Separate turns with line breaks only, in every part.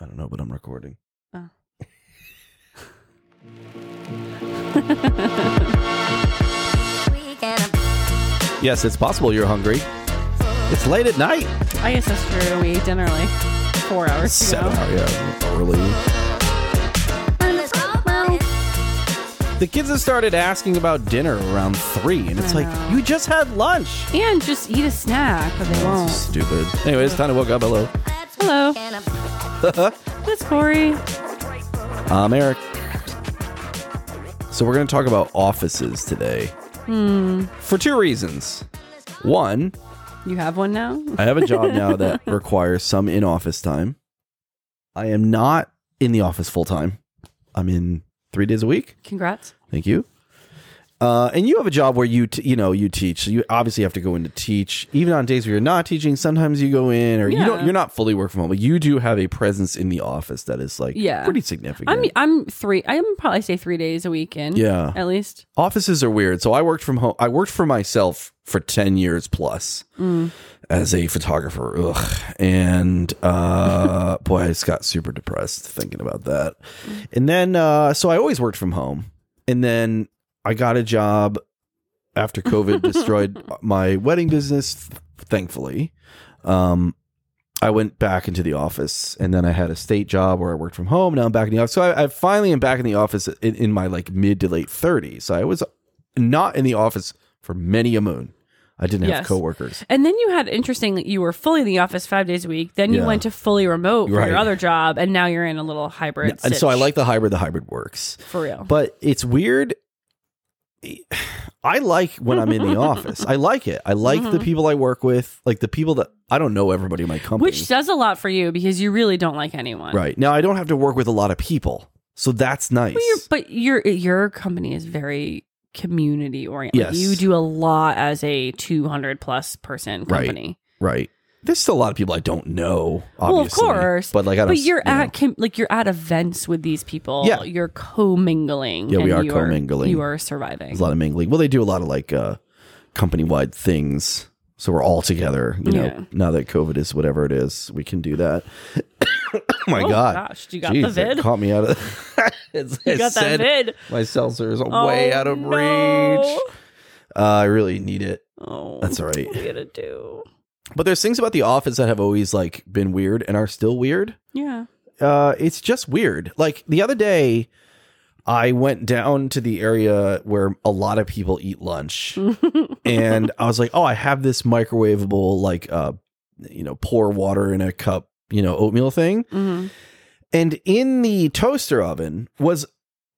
I don't know, but I'm recording.
Oh.
Yes, it's possible you're hungry. It's late at night.
I guess that's true. We eat dinner like four hours
Seven
ago.
hour, yeah, early. The kids have started asking about dinner around three, and it's
I
like
know.
you just had lunch.
And just eat a snack, but they
That's
won't.
stupid. Anyway, it's time to wake up. Hello,
Hello, that's Corey.
I'm Um, Eric. So we're going to talk about offices today
Hmm.
for two reasons. One,
You have one now?
I have a job now that requires some in office time. I am not in the office full time. I'm in three days a week.
Congrats.
Thank you. Uh, and you have a job where you t- you know you teach. So you obviously have to go in to teach, even on days where you're not teaching. Sometimes you go in, or you don't.
Yeah.
You're not fully work from home, but you do have a presence in the office that is like
Yeah.
pretty significant.
I'm I'm three. I'm probably say three days a week in.
yeah,
At least.
offices are weird. So I worked from home. I worked for myself for ten years plus as a photographer. Ugh. And uh, boy, I just got super depressed thinking about that. And then, uh, so I always worked from home. And then I got a job after COVID destroyed my wedding business. Thankfully, um, I went back into the office, and then I had a state job where I worked from home. Now I'm back in the office, so I, I finally am back in the office in, in my like mid to late 30s. So I was not in the office for many a moon. I didn't have
Yes.
coworkers.
And then you had interesting. that You were fully in the office five days a week. Then you
Yeah.
went to fully remote for
Right.
your other job, and now you're in a little hybrid.
and so I
sitch.
like the hybrid. The hybrid works,
for real.
but it's weird. I like when I'm in the office. I like it. I like
Mm-hmm.
the people I work with, like the people that I don't know everybody in my company.
Which does a lot for you because you really don't like anyone.
right now, I don't have to work with a lot of people, so that's nice.
But, your- but your your company is very community oriented.
Yes.
You do a lot as a 200 plus person
Right.
company.
Right. There's still a lot of people I don't know. Obviously,
Well, of course.
But like, I don't.
But you're
you know.
at com- like you're at events with these people.
Yeah.
You're co-mingling.
Yeah, we
and
are
you
co-mingling.
You are surviving.
There's a lot of mingling. Well, they do a lot of like uh, company wide things, so we're all together. You
Yeah.
know, now that COVID is whatever it is, we can do that. oh my
oh
god!
gosh, you got
Jeez,
the
that
vid.
Caught me out of. It's- I
You got that
said
vid.
My seltzer is
Oh,
way out of
no.
reach. Uh, I really need it.
Oh,
That's all right.
What are you gonna do?
But there's things about the office that have always like been weird and are still weird.
Yeah.
uh, it's just weird. Like the other day, I went down to the area where a lot of people eat lunch, and I was like, "Oh, I have this microwavable, like, uh, you know, pour water in a cup, you know, oatmeal thing."
hmm
And in the toaster oven was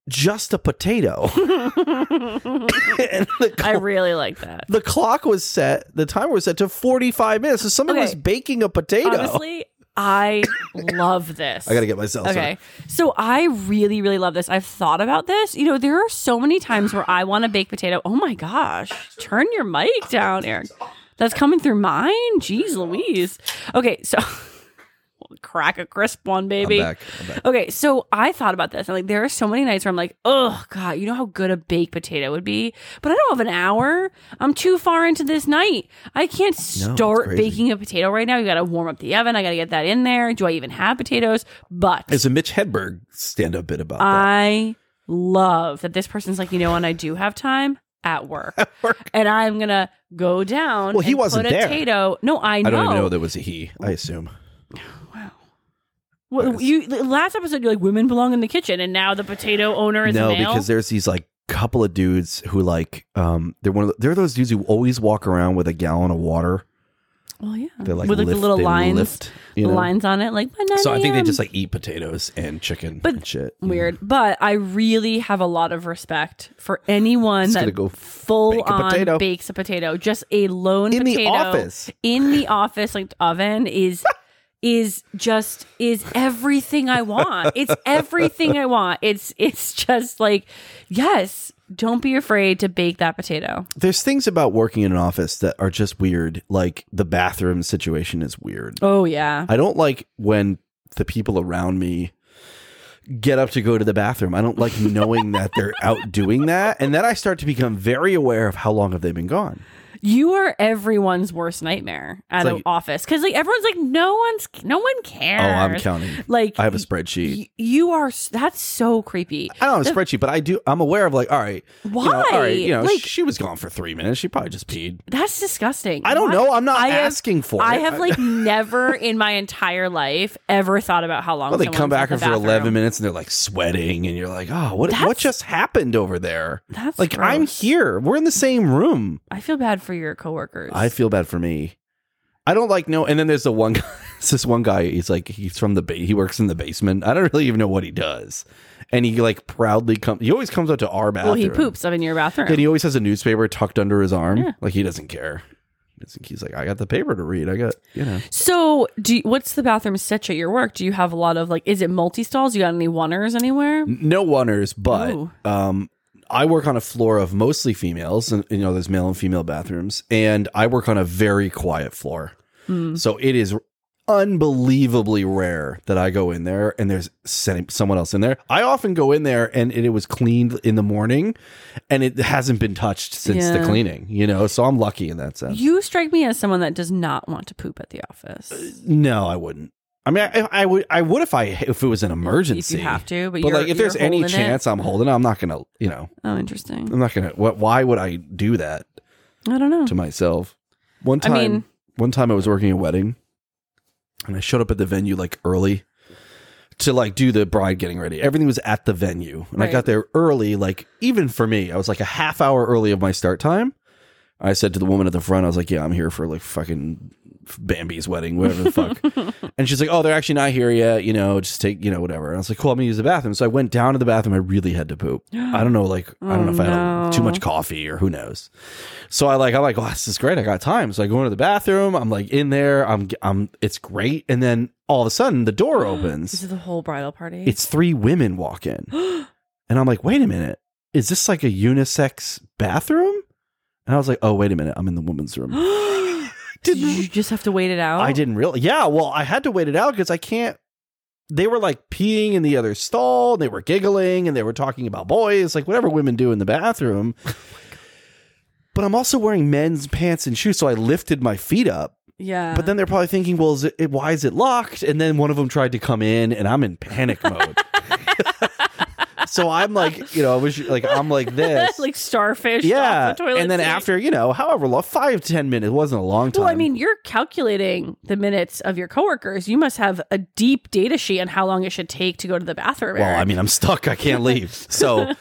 just a potato, and the
I really like that.
the clock was set. The timer was set to forty five minutes. So someone
Okay.
was baking a potato.
Honestly, I love this.
I gotta get myself. some.
Okay. So I really, really love this. I've thought about this. You know, there are so many times where I want to bake potato. Oh my gosh. Turn your mic down, Eric. That's coming through mine. Jeez Louise. Okay. So crack a crisp one,
I'm
baby.
back. I'm back.
Okay, so I thought about this. I'm like, there are so many nights where I'm like, oh god, you know how good a baked potato would be, but I don't have an hour. I'm too far into this night. I can't
No, it's
start
crazy.
baking a potato right now. You got to warm up the oven. I got to get that in there. Do I even have potatoes? But
It's a Mitch Hedberg stand up bit about that.
I love that this person's like, you know, when I do have time at work, and I'm gonna go down.
Well, he
and
wasn't
put a
there.
Potato. No, I know.
I don't even know that was a he. I assume.
Well, you last episode you're like women belong in the kitchen, and now the potato owner is
No,
male.
because there's these like couple of dudes who like um they're one of the, they're those dudes who always walk around with a gallon of water.
Well, yeah,
They're like
with like
lift-
the little
they
lines,
lift, you
the
know?
lines on it, like. "Banana
So I think they
yam."
just like eat potatoes and chicken
But
and shit.
weird, but I really have a lot of respect for anyone
Just gonna
that
go f-
full
bake a
on
potato.
bakes a potato. Just a lone
In the
potato
office.
in the office, like oven is. Is just is everything I want. It's everything I want. It's it's just like, yes, don't be afraid to bake that potato.
There's things about working in an office that are just weird. Like the bathroom situation is weird.
Oh yeah,
I don't like when the people around me get up to go to the bathroom. I don't like knowing that they're out doing that. And then I start to become very aware of how long have they been gone.
You are everyone's worst nightmare at
It's
an
like-
office because like everyone's like no one's no one cares.
Oh, I'm counting.
like
I have a spreadsheet.
y- you are s- that's so creepy.
I don't have a spreadsheet, but I do. I'm aware of like, all right,
Why?
You know, all right, you know,
like
she was gone for three minutes. She probably just peed.
that's disgusting.
I don't
Why-
know. I'm not
I have-
asking for
I
it.
have like never in my entire life ever thought about how long
Well, they
someone's
come back
in the
after 11
bathroom.
minutes and they're like sweating, and you're like, oh, what what
That's-
just happened over there?
That's
Like, I'm
gross.
here. We're in the same room.
I feel bad for your coworkers.
I feel bad for me. I don't like no. And then there's the one guy. It's this one guy. He's like he's from the ba- he works in the basement. I don't really even know what he does. And he like proudly comes. He always comes out to our bathroom.
well, he poops up in your bathroom.
And he always has a newspaper tucked under his arm.
Yeah.
Like he doesn't care. It's- He's like, I got the paper to read. I got, you know.
So, do you, what's the bathroom stitch at your work? Do you have a lot of like? Is it multi stalls? You got any oneers anywhere?
No wonders, but
Ooh.
um, I work on a floor of mostly females, and you know, there's male and female bathrooms, and I work on a very quiet floor.
Hmm.
So it is unbelievably rare that I go in there and there's sen- someone else in there. I often go in there and it, it was cleaned in the morning and it hasn't been touched since the
Yeah.
cleaning, you know, so I'm lucky in that sense.
You strike me as someone that does not want to poop at the
Uh,
office.
No, I wouldn't. I mean, I, I would. I would if I if it was an
If
emergency.
you have to, but,
but
you're,
like, if there's
you're
any
holding it.
chance Mm. I'm holding, it, I'm not gonna. You know,
oh, interesting.
I'm not gonna. What? Why would I do that
I don't know.
to myself? One
I
time,
mean-
one time I was working a wedding, and I showed up at the venue like early to like do the bride getting ready. Everything was at the venue, and I
Right.
got there early. Like even for me, I was like a half hour early of my start time. I said to the woman at the front, I was like, "Yeah, I'm here for like fucking Bambi's wedding, whatever the fuck." And she's like, "Oh, they're actually not here yet. You know, just take, you know, whatever." And I was like, "Cool, I'm gonna use the bathroom." So I went down to the bathroom. I really had to poop. I don't know, like, I don't know
Oh,
if I had
no.
too much coffee or who knows. So I like, I'm like, "Oh, this is great. I got time." So I go into the bathroom. I'm like in there. I'm, I'm, it's great. And then all of a sudden, the door
This
opens.
is the whole bridal party.
It's three women walk in, and I'm like, "Wait a minute, is this like a unisex bathroom?" And I was like, "Oh, wait a minute, I'm in the women's room."
Did you just have to wait it out?
I didn't realize. Yeah, well, I had to wait it out because I can't. They were like peeing in the other stall. And they were giggling and they were talking about boys, like whatever women do in the bathroom.
Oh
but I'm also wearing men's pants and shoes, so I lifted my feet up.
Yeah.
But then they're probably thinking, well, is it, it- why is it locked? And then one of them tried to come in, and I'm in panic mode. so I'm like, you know, I was like, I'm like this.
like starfish.
yeah.
off the toilet
and then
seat.
after, you know, however long, five, ten minutes, it wasn't a long time.
Well, I mean, you're calculating the minutes of your coworkers. You must have a deep data sheet on how long it should take to go to the bathroom.
Well,
Eric.
I mean, I'm stuck. I can't leave. So,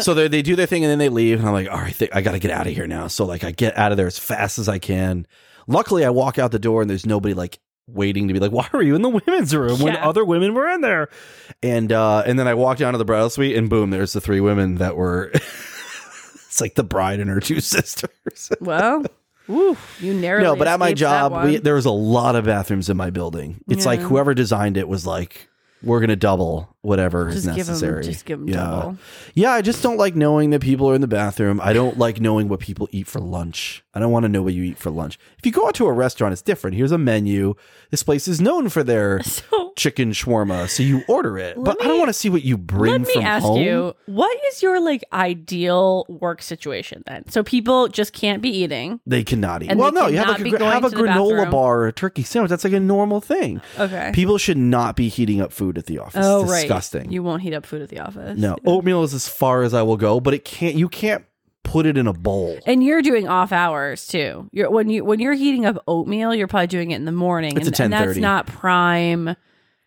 so they they do their thing and then they leave, and I'm like, all right, th- I got to get out of here now. So like, I get out of there as fast as I can. Luckily, I walk out the door and there's nobody like waiting to be like, why were you in the women's room when
Yeah.
other women were in there? And uh and then I walk down to the bridal suite and boom, there's the three women that were. it's like the bride and her two sisters.
Well, woo, you narrowly.
No, but at my
escaped that
job, we,
one.
there was a lot of bathrooms in my building. It's like
Yeah.
whoever designed it was like, we're gonna double whatever is
just give
necessary.
them, just give them
yeah.
double.
Yeah, I just don't like knowing that people are in the bathroom. I don't like knowing what people eat for lunch. I don't want to know what you eat for lunch. If you go out to a restaurant, it's different. Here's a menu. This place is known for their
So
chicken shawarma, so you order it.
Let
but I don't
me-
want to see what you bring
let me
from
ask
home.
you, what is your like ideal work situation then? So people just can't be eating.
They cannot eat.
And
well,
they
no, you have
cannot
a
be
gr-
going
have a
to the
granola
bathroom.
bar or a turkey sandwich. That's like a normal thing.
Okay.
People should not be heating up food at the office.
oh
it's
right.
disgusting.
You won't heat up food at the office.
no, oatmeal is as far as I will go, but it can't. You can't put it in a bowl.
And you're doing off hours too. You're when you when you're heating up oatmeal, you're probably doing it in the morning.
It's
and,
a
and that's
10:30.
not prime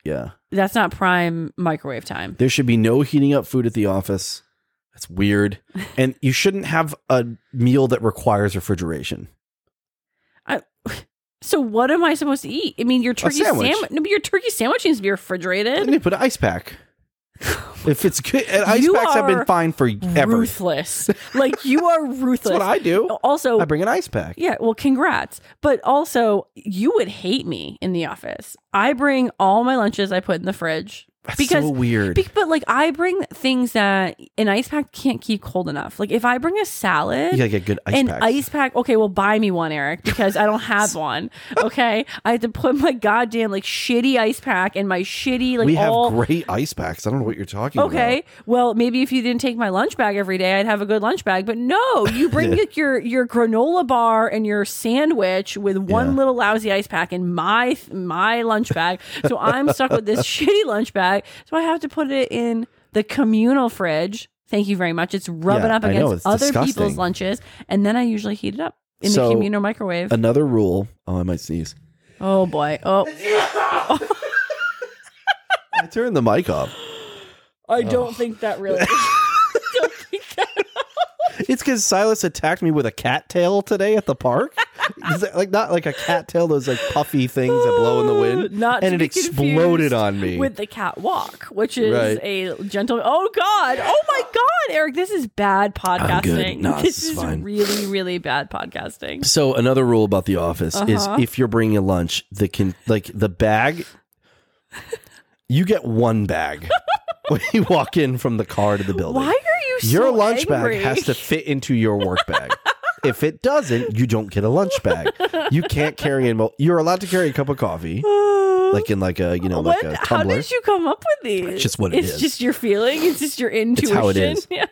Yeah.
that's not prime microwave time.
There should be no heating up food at the office. That's weird. And you shouldn't have a meal that requires refrigeration.
So what am I supposed to eat? I mean, your turkey
sandwich.
sandwich. No, but your turkey sandwich needs to be refrigerated.
And they put an ice pack. If it's good, and ice
You
packs have been
are
fine for ever. That's
Ruthless. like you are ruthless.
what I do.
also,
I bring an ice pack.
yeah. Well, congrats. But also, you would hate me in the office. I bring all my lunches I put in the fridge.
That's
because
so weird.
Be- but like I bring things that an ice pack can't keep cold enough. Like if I bring a salad,
you gotta get good ice
an
packs.
ice pack. Okay, well buy me one, Eric, because I don't have one. Okay, I had to put my goddamn like shitty ice pack and my shitty like
we have
all.
great ice packs. I don't know what you're talking about.
Okay. Well, maybe if you didn't take my lunch bag every day, I'd have a good lunch bag. But no, you bring like, your your granola bar and your sandwich with one
Yeah.
little lousy ice pack in my my lunch bag. So I'm stuck with this shitty lunch bag. So I have to put it in the communal fridge. Thank you very much. It's rubbing
Yeah,
up
I know, it's
against other people's
disgusting.
lunches, and then I usually heat it up in
So-
the communal microwave.
Another rule. Oh, I might sneeze.
oh boy. Oh,
I turned the mic off. Oh.
I don't think that really. don't think that.
It's because Silas attacked me with a cattail today at the park. Is that- like not like a cattail, those like puffy things that blow in the wind,
Not to
and it
be confused
exploded on me.
with the catwalk, which is
Right.
a gentleman. Oh God! Oh my God, Eric, this is bad podcasting.
good. No,
this
this is
is
fine.
really, really bad podcasting.
so another rule about the office is
Uh-huh.
if you're bringing a lunch, the can like the bag, you get one bag when you walk in from the car to the building.
Why are you? So
your lunch
angry?
bag has to fit into your work bag. if it doesn't, you don't get a lunch bag. You can't carry in. Mo- you're allowed to carry a cup of coffee, like in like a you know like
Uh, What?
a
How
tumbler.
did you come up with these? It's
just what it
it's
is.
just your feeling. It's just your intuition.
how it is.
Yeah.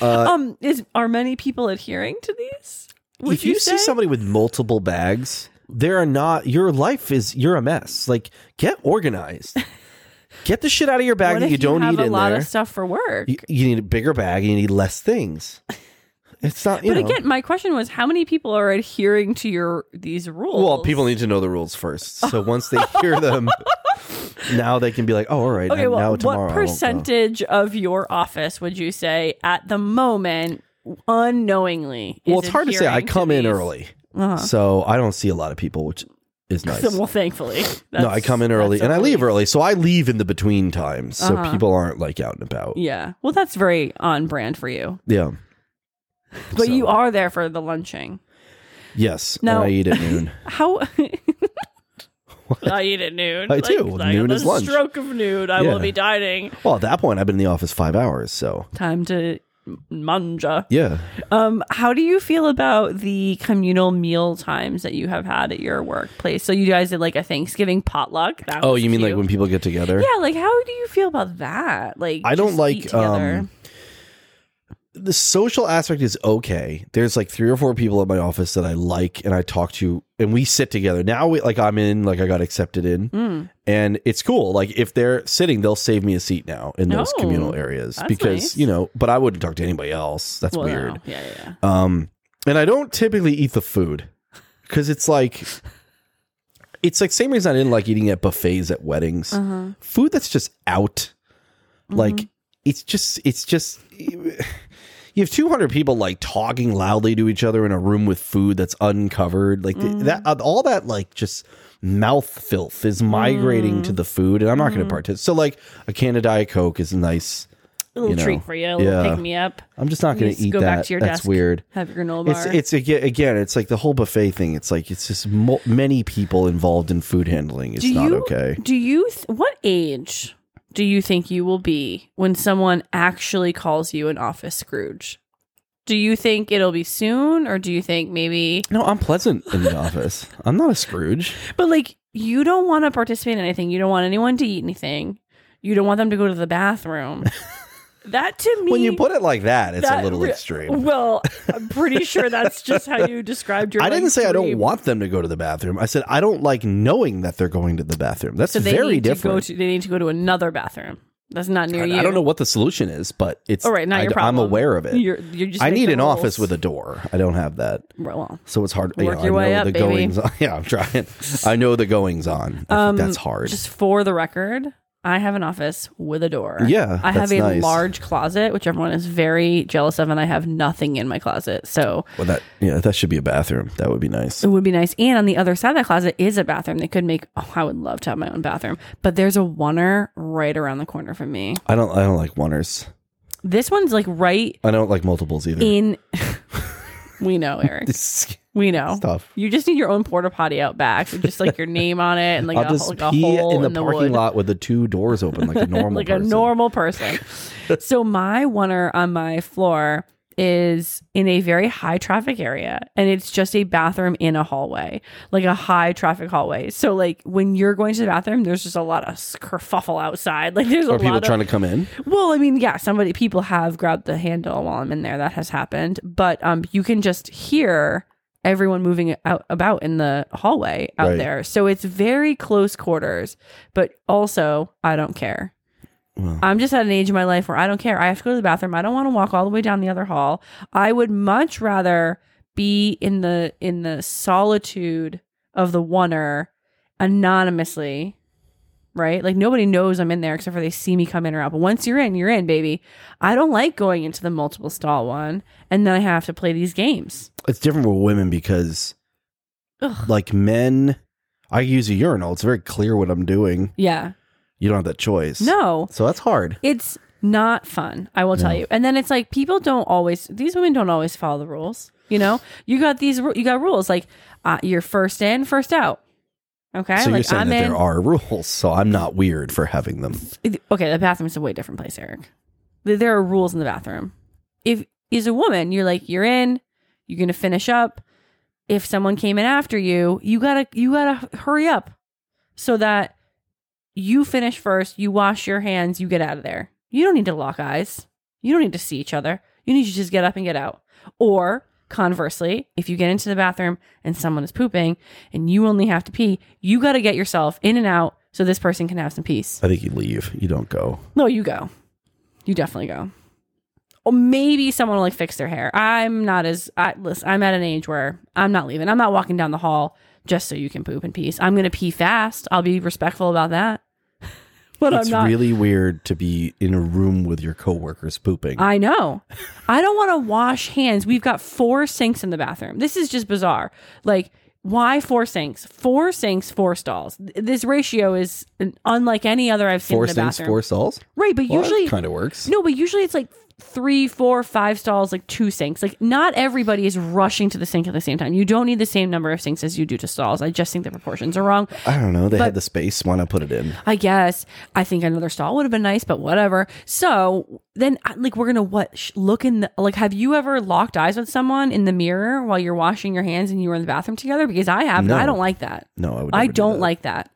Uh,
um, is are many people adhering to these? Would
if you,
say?
see somebody with multiple bags, there are not. Your life is you're a mess. Like get organized. get the shit out of your bag
what
that
if
you don't
have
need
a
in
lot
there.
of stuff for work?
you, you need a bigger bag. You need less things. It's not. You
but
know.
again, my question was how many people are adhering to your these rules?
Well, people need to know the rules first. So once they hear them, now they can be like, "Oh, all right."
Okay,
now
well,
tomorrow I won't go."
what percentage of your office would you say at the moment, unknowingly?
Well,
is
it's hard to say. I
adhering
come in
these?
early,
Uh-huh.
so I don't see a lot of people, which is nice.
So, well, thankfully,
no, I
that's-
come in early
that's
and
a
I leave
relief.
early, so I leave in the between times, so
Uh-huh.
people aren't like out and about.
Yeah, well, that's very on brand for you.
Yeah.
But
So-
you are there for the lunching.
Yes.
Now-
and I eat at noon.
How? I eat at noon.
I do. Noon
the
is lunch.
Stroke of noon. I will
Yeah.
be dining.
well, at that point, I've been in the office five hours, so
Time to m- manja.
yeah.
Um, how do you feel about the communal meal times that you have had at your workplace? So you guys did like a Thanksgiving potluck. That
Oh,
was
you mean like
cute.
when people get together?
Yeah, like how do you feel about that? Like
I don't
just eat
like
together.
um the social aspect is okay. There's like three or four people at my office that I like and I talk to and we sit together. Now we like I'm in, like I got accepted in.
Mm,
and it's cool. Like if they're sitting, they'll save me a seat now in those
Oh,
communal areas
that's
because
nice.
you know. But I wouldn't talk to anybody else. That's
well,
weird.
Yeah, yeah, yeah.
Um, and I don't typically eat the food because it's like it's like same reason I didn't like eating at buffets at weddings.
Uh-huh.
Food that's just out, like
Mhm.
it's just it's just. You have 200 people like talking loudly to each other in a room with food that's uncovered. Like
Mm.
th- that, uh, all that like just mouth filth is
Mm.
migrating to the food, and I'm not going to participate. So like a can of Diet Coke is nice.
little
you know,
treat for you, a little
yeah.
pick me up.
I'm just not
You
going
just
to eat
go
that.
back to your
that's
desk.
weird.
Have your granola
It's
bar.
it's aga- again, it's like the whole buffet thing. It's like it's just mo- many people involved in food handling. It's
do
not
you,
okay.
Do you? Th- what age do you think you will be when someone actually calls you an office Scrooge? Do you think it'll be soon, or do you think maybe?
No, I'm pleasant in the office. I'm not a Scrooge.
But like, you don't want to participate in anything. You don't want anyone to eat anything. You don't want them to go to the bathroom. that to me,
When you put it like that, it's
that
a little
re-
extreme.
Well, I'm pretty sure that's just how you described your.
I didn't
like,
say I don't
dream.
want them to go to the bathroom. I said I don't like knowing that they're going to the bathroom. That's
So they
very
need To go
different.
to, they need to go to another bathroom. That's not near
I,
you.
I don't know what the solution is, but it's
All right, not
I,
your problem.
I'm aware of it.
You're, you're just
I need an office
with.
with a door. I don't have that.
Well,
So it's hard.
Work
yeah,
your
I
way
know
up,
the
baby.
goings on. Yeah, I'm trying. I know the goings on. I
Um,
think that's hard.
just for the record, I have an office with a door.
Yeah,
I have
that's
a
nice.
large closet, which everyone is very jealous of, and I have nothing in my closet. So
Well, that yeah, that should be a bathroom. That would be nice.
it would be nice. And on the other side of that closet is a bathroom. They could make. Oh, I would love to have my own bathroom, but there's a oneer right around the corner from me.
I don't. I don't like oneers.
This one's like right E-
I don't like multiples either.
in. we know, Eric. We know.
Stuff.
You just need your own porta potty out back with just like your name on it and like,
I'll
a,
just
like a
pee
hole
in the, parking
wood.
lot with the two doors open like a normal
like
person.
a normal person. so my oneer on my floor is in a very high traffic area and it's just a bathroom in a hallway, like a high traffic hallway. So like when you're going to the bathroom, there's just a lot of kerfuffle outside. Like there's a
Are
lot
people
of
trying to come in?
well, I mean, yeah, somebody people have grabbed the handle while I'm in there. That has happened, but um, you can just hear everyone moving out about in the hallway out
Right.
there. So it's very close quarters, but also I don't care.
Well.
I'm just at an age in my life where I don't care. I have to go to the bathroom. I don't want to walk all the way down the other hall. I would much rather be in the in the solitude of the oneer anonymously right? Like nobody knows I'm in there except for they see me come in or out. But once you're in, you're in, baby. I don't like going into the multiple stall one and then I have to play these games.
It's different with women because
Ugh.
like men I use a urinal. It's very clear what I'm doing.
Yeah.
You don't have that choice.
No,
So that's hard.
it's not fun. I will tell
No.
you. And then it's like people don't always. These women don't always follow the rules. You know, you got these. ru- You got rules like uh, you're first in, first out. Okay,
so
like
you're saying
I'm
that
in.
there are rules, so I'm not weird for having them.
okay, the bathroom's a way different place, Eric. Th- There are rules in the bathroom. If is a woman, you're like you're in, you're gonna finish up. If someone came in after you, you gotta you gotta hurry up so that you finish first. You wash your hands. You get out of there. You don't need to lock eyes. You don't need to see each other. You need to just get up and get out. Or conversely, if you get into the bathroom and someone is pooping and you only have to pee, you got to get yourself in and out so this person can have some peace.
I think you leave. You don't go.
No, you go. You definitely go. Or maybe someone will like fix their hair. I'm not as I listen, I'm at an age where I'm not leaving. I'm not walking down the hall just so you can poop in peace. I'm gonna pee fast. I'll be respectful about that. but
It's
I'm not
really weird to be in a room with your coworkers pooping.
I know. I don't want to wash hands. We've got four sinks in the bathroom. This is just bizarre. Like, why four sinks? Four sinks, four stalls. Th- This ratio is unlike any other I've seen
four
in the
sinks,
bathroom.
four stalls.
Right, but
Well,
usually
that kind of works.
No, but usually it's like three, four, five stalls, like two sinks. Like not everybody is rushing to the sink at the same time. You don't need the same number of sinks as you do to stalls. I just think the proportions are wrong.
I don't know. They had the space. Why not put it in?
I guess I think another stall would have been nice, but whatever. So then, I- like, we're gonna what sh- look in the like. Have you ever locked eyes with someone in the mirror while you're washing your hands and you were in the bathroom together? Because I have. and I
No.
don't like that.
No, I would.
I
never do
don't
that.
like that.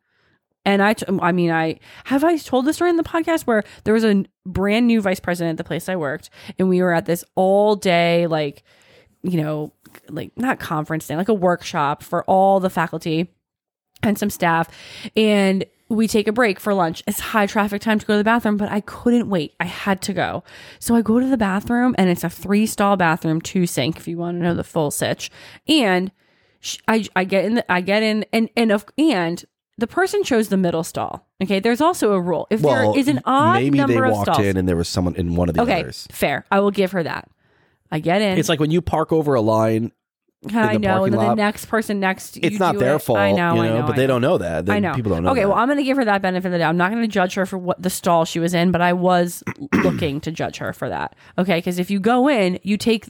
And I, t- I mean, I have I told this story in the podcast where there was a n- brand new vice president at the place I worked, and we were at this all day, like, you know, like not conference day, like a workshop for all the faculty and some staff. And we take a break for lunch. It's high traffic time to go to the bathroom, but I couldn't wait. I had to go. So I go to the bathroom, and it's a three stall bathroom, two sink, if you want to know the full sitch. And sh- I, I get in, the, I get in, and and of and the person chose the middle stall. Okay, there's also a rule. If
Well,
there is an odd
maybe
number
they
of
walked
stalls,
in and there was someone in one of the
okay,
others.
fair. I will give her that. I get in.
It's like when you park over a line.
I
the
know, and
parking
then the
lot.
next person next, you
It's not
do
their
it.
fault,
I know,
you
I
know,
know,
but
I
they
know.
don't know that. Then
I know.
People don't know.
Okay,
that.
well, I'm going to give her that benefit of the doubt. I'm not going to judge her for what the stall she was in, but I was looking to judge her for that. Okay, because if you go in, you take,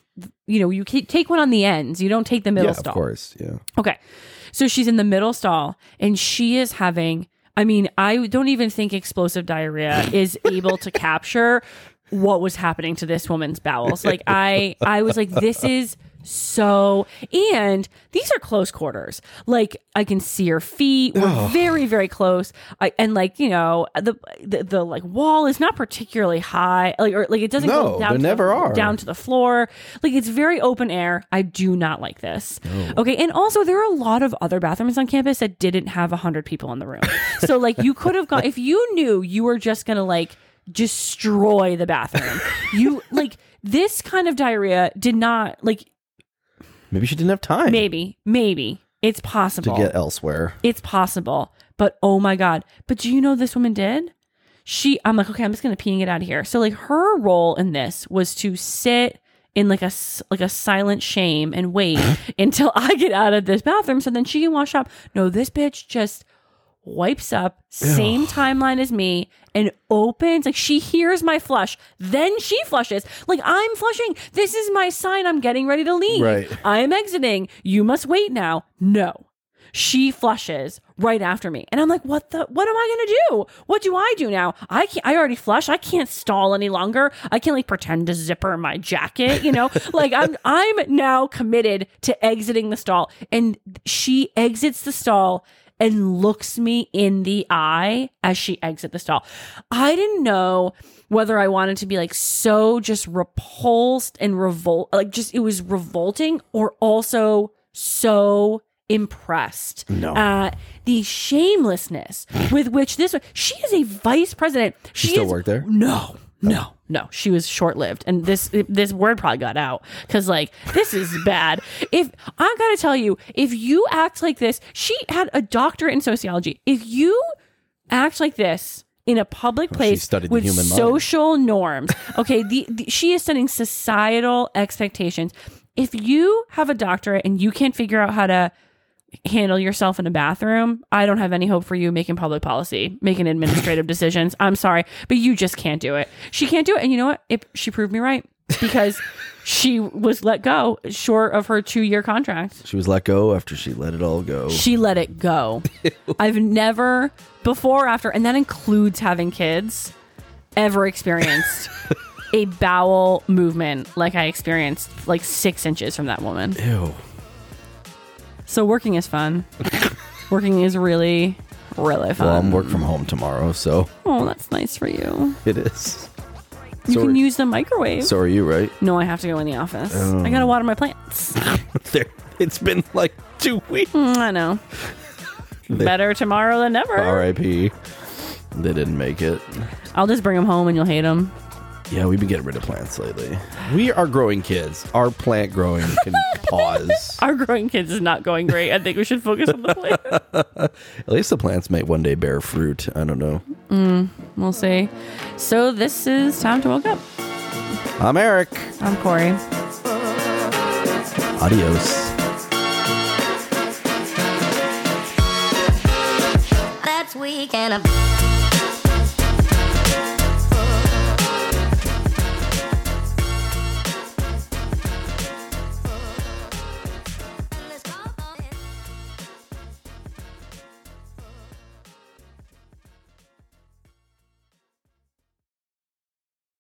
you know, you ke- take one on the ends. You don't take the middle
yeah, of
stall.
course. Yeah.
Okay, so she's in the middle stall, and she is having. I mean, I don't even think explosive diarrhea is able to capture what was happening to this woman's bowels. Like I, I was like, this is so. And these are close quarters. Like I can see her feet. We're very, very close. I, and like you know, the, the the like wall is not particularly high. Like or like it doesn't
No,
go down.
there
to the-
never are.
down to the floor. Like it's very open air. I do not like this. Okay. And also there are a lot of other bathrooms on campus that didn't have a hundred people in the room. So like you could have gone if you knew you were just gonna like destroy the bathroom. You like this kind of diarrhea did not like
Maybe she didn't have time
maybe, maybe. It's
to
possible.
get elsewhere.
It's possible. But oh my God. But do you know this woman did? She, I'm like, okay, I'm just gonna pee and get out of here. So like her role in this was to sit in like a s- like a silent shame and wait until I get out of this bathroom so then she can wash up. No, this bitch just wipes up, same timeline as me, and opens. Like she hears my flush, then she flushes. Like I'm flushing. This is my sign. I'm getting ready to leave.
Right.
I'm exiting. You must wait now. No. She flushes right after me. And I'm like, what the what am I gonna do? What do I do now? I can't I already flush. I can't stall any longer. I can't like pretend to zipper my jacket, you know? like I'm I'm now committed to exiting the stall. And she exits the stall and looks me in the eye as she exits the stall. I didn't know whether I wanted to be like so just repulsed and revolt, like just it was revolting, or also so impressed
No.
at the shamelessness with which this she is a vice president. She,
still
is-
work there? Oh.
No, no. No, she was short-lived, and this this word probably got out because like this is bad. If I gotta tell you, if you act like this, she had a doctorate in sociology. If you act like this in a public place
studied the
with
human mind.
social norms. Okay, the, the she is setting societal expectations. If you have a doctorate and you can't figure out how to handle yourself in a bathroom, I don't have any hope for you making public policy, making administrative decisions. I'm sorry, but you just can't do it. She can't do it, and you know what? It, she proved me right because she was let go short of her two year contract.
She was let go after she let it all go.
She let it go. I've never before or after, and that includes having kids, ever experienced a bowel movement like I experienced like six inches from that woman.
Ew.
So working is fun. working is really, really
Well, I'm
fun.
work from home tomorrow, so
oh, that's nice for you.
it is.
You
Sorry.
can use the microwave.
So Oh. are you, right?
no, I have to go in the office. I gotta water my plants. Mm,
There, it's been like two weeks.
I know. Better tomorrow than never.
R.I.P. They didn't make it.
I'll just bring them home and you'll hate them.
Yeah, we've been getting rid of plants lately. We are growing kids. Our plant growing can pause.
Our growing kids is not going great. I think we should focus on the plant.
At least the plants might one day bear fruit. I don't know.
We'll see. So this is time to wake up.
I'm Eric.
I'm Corey.
Adios.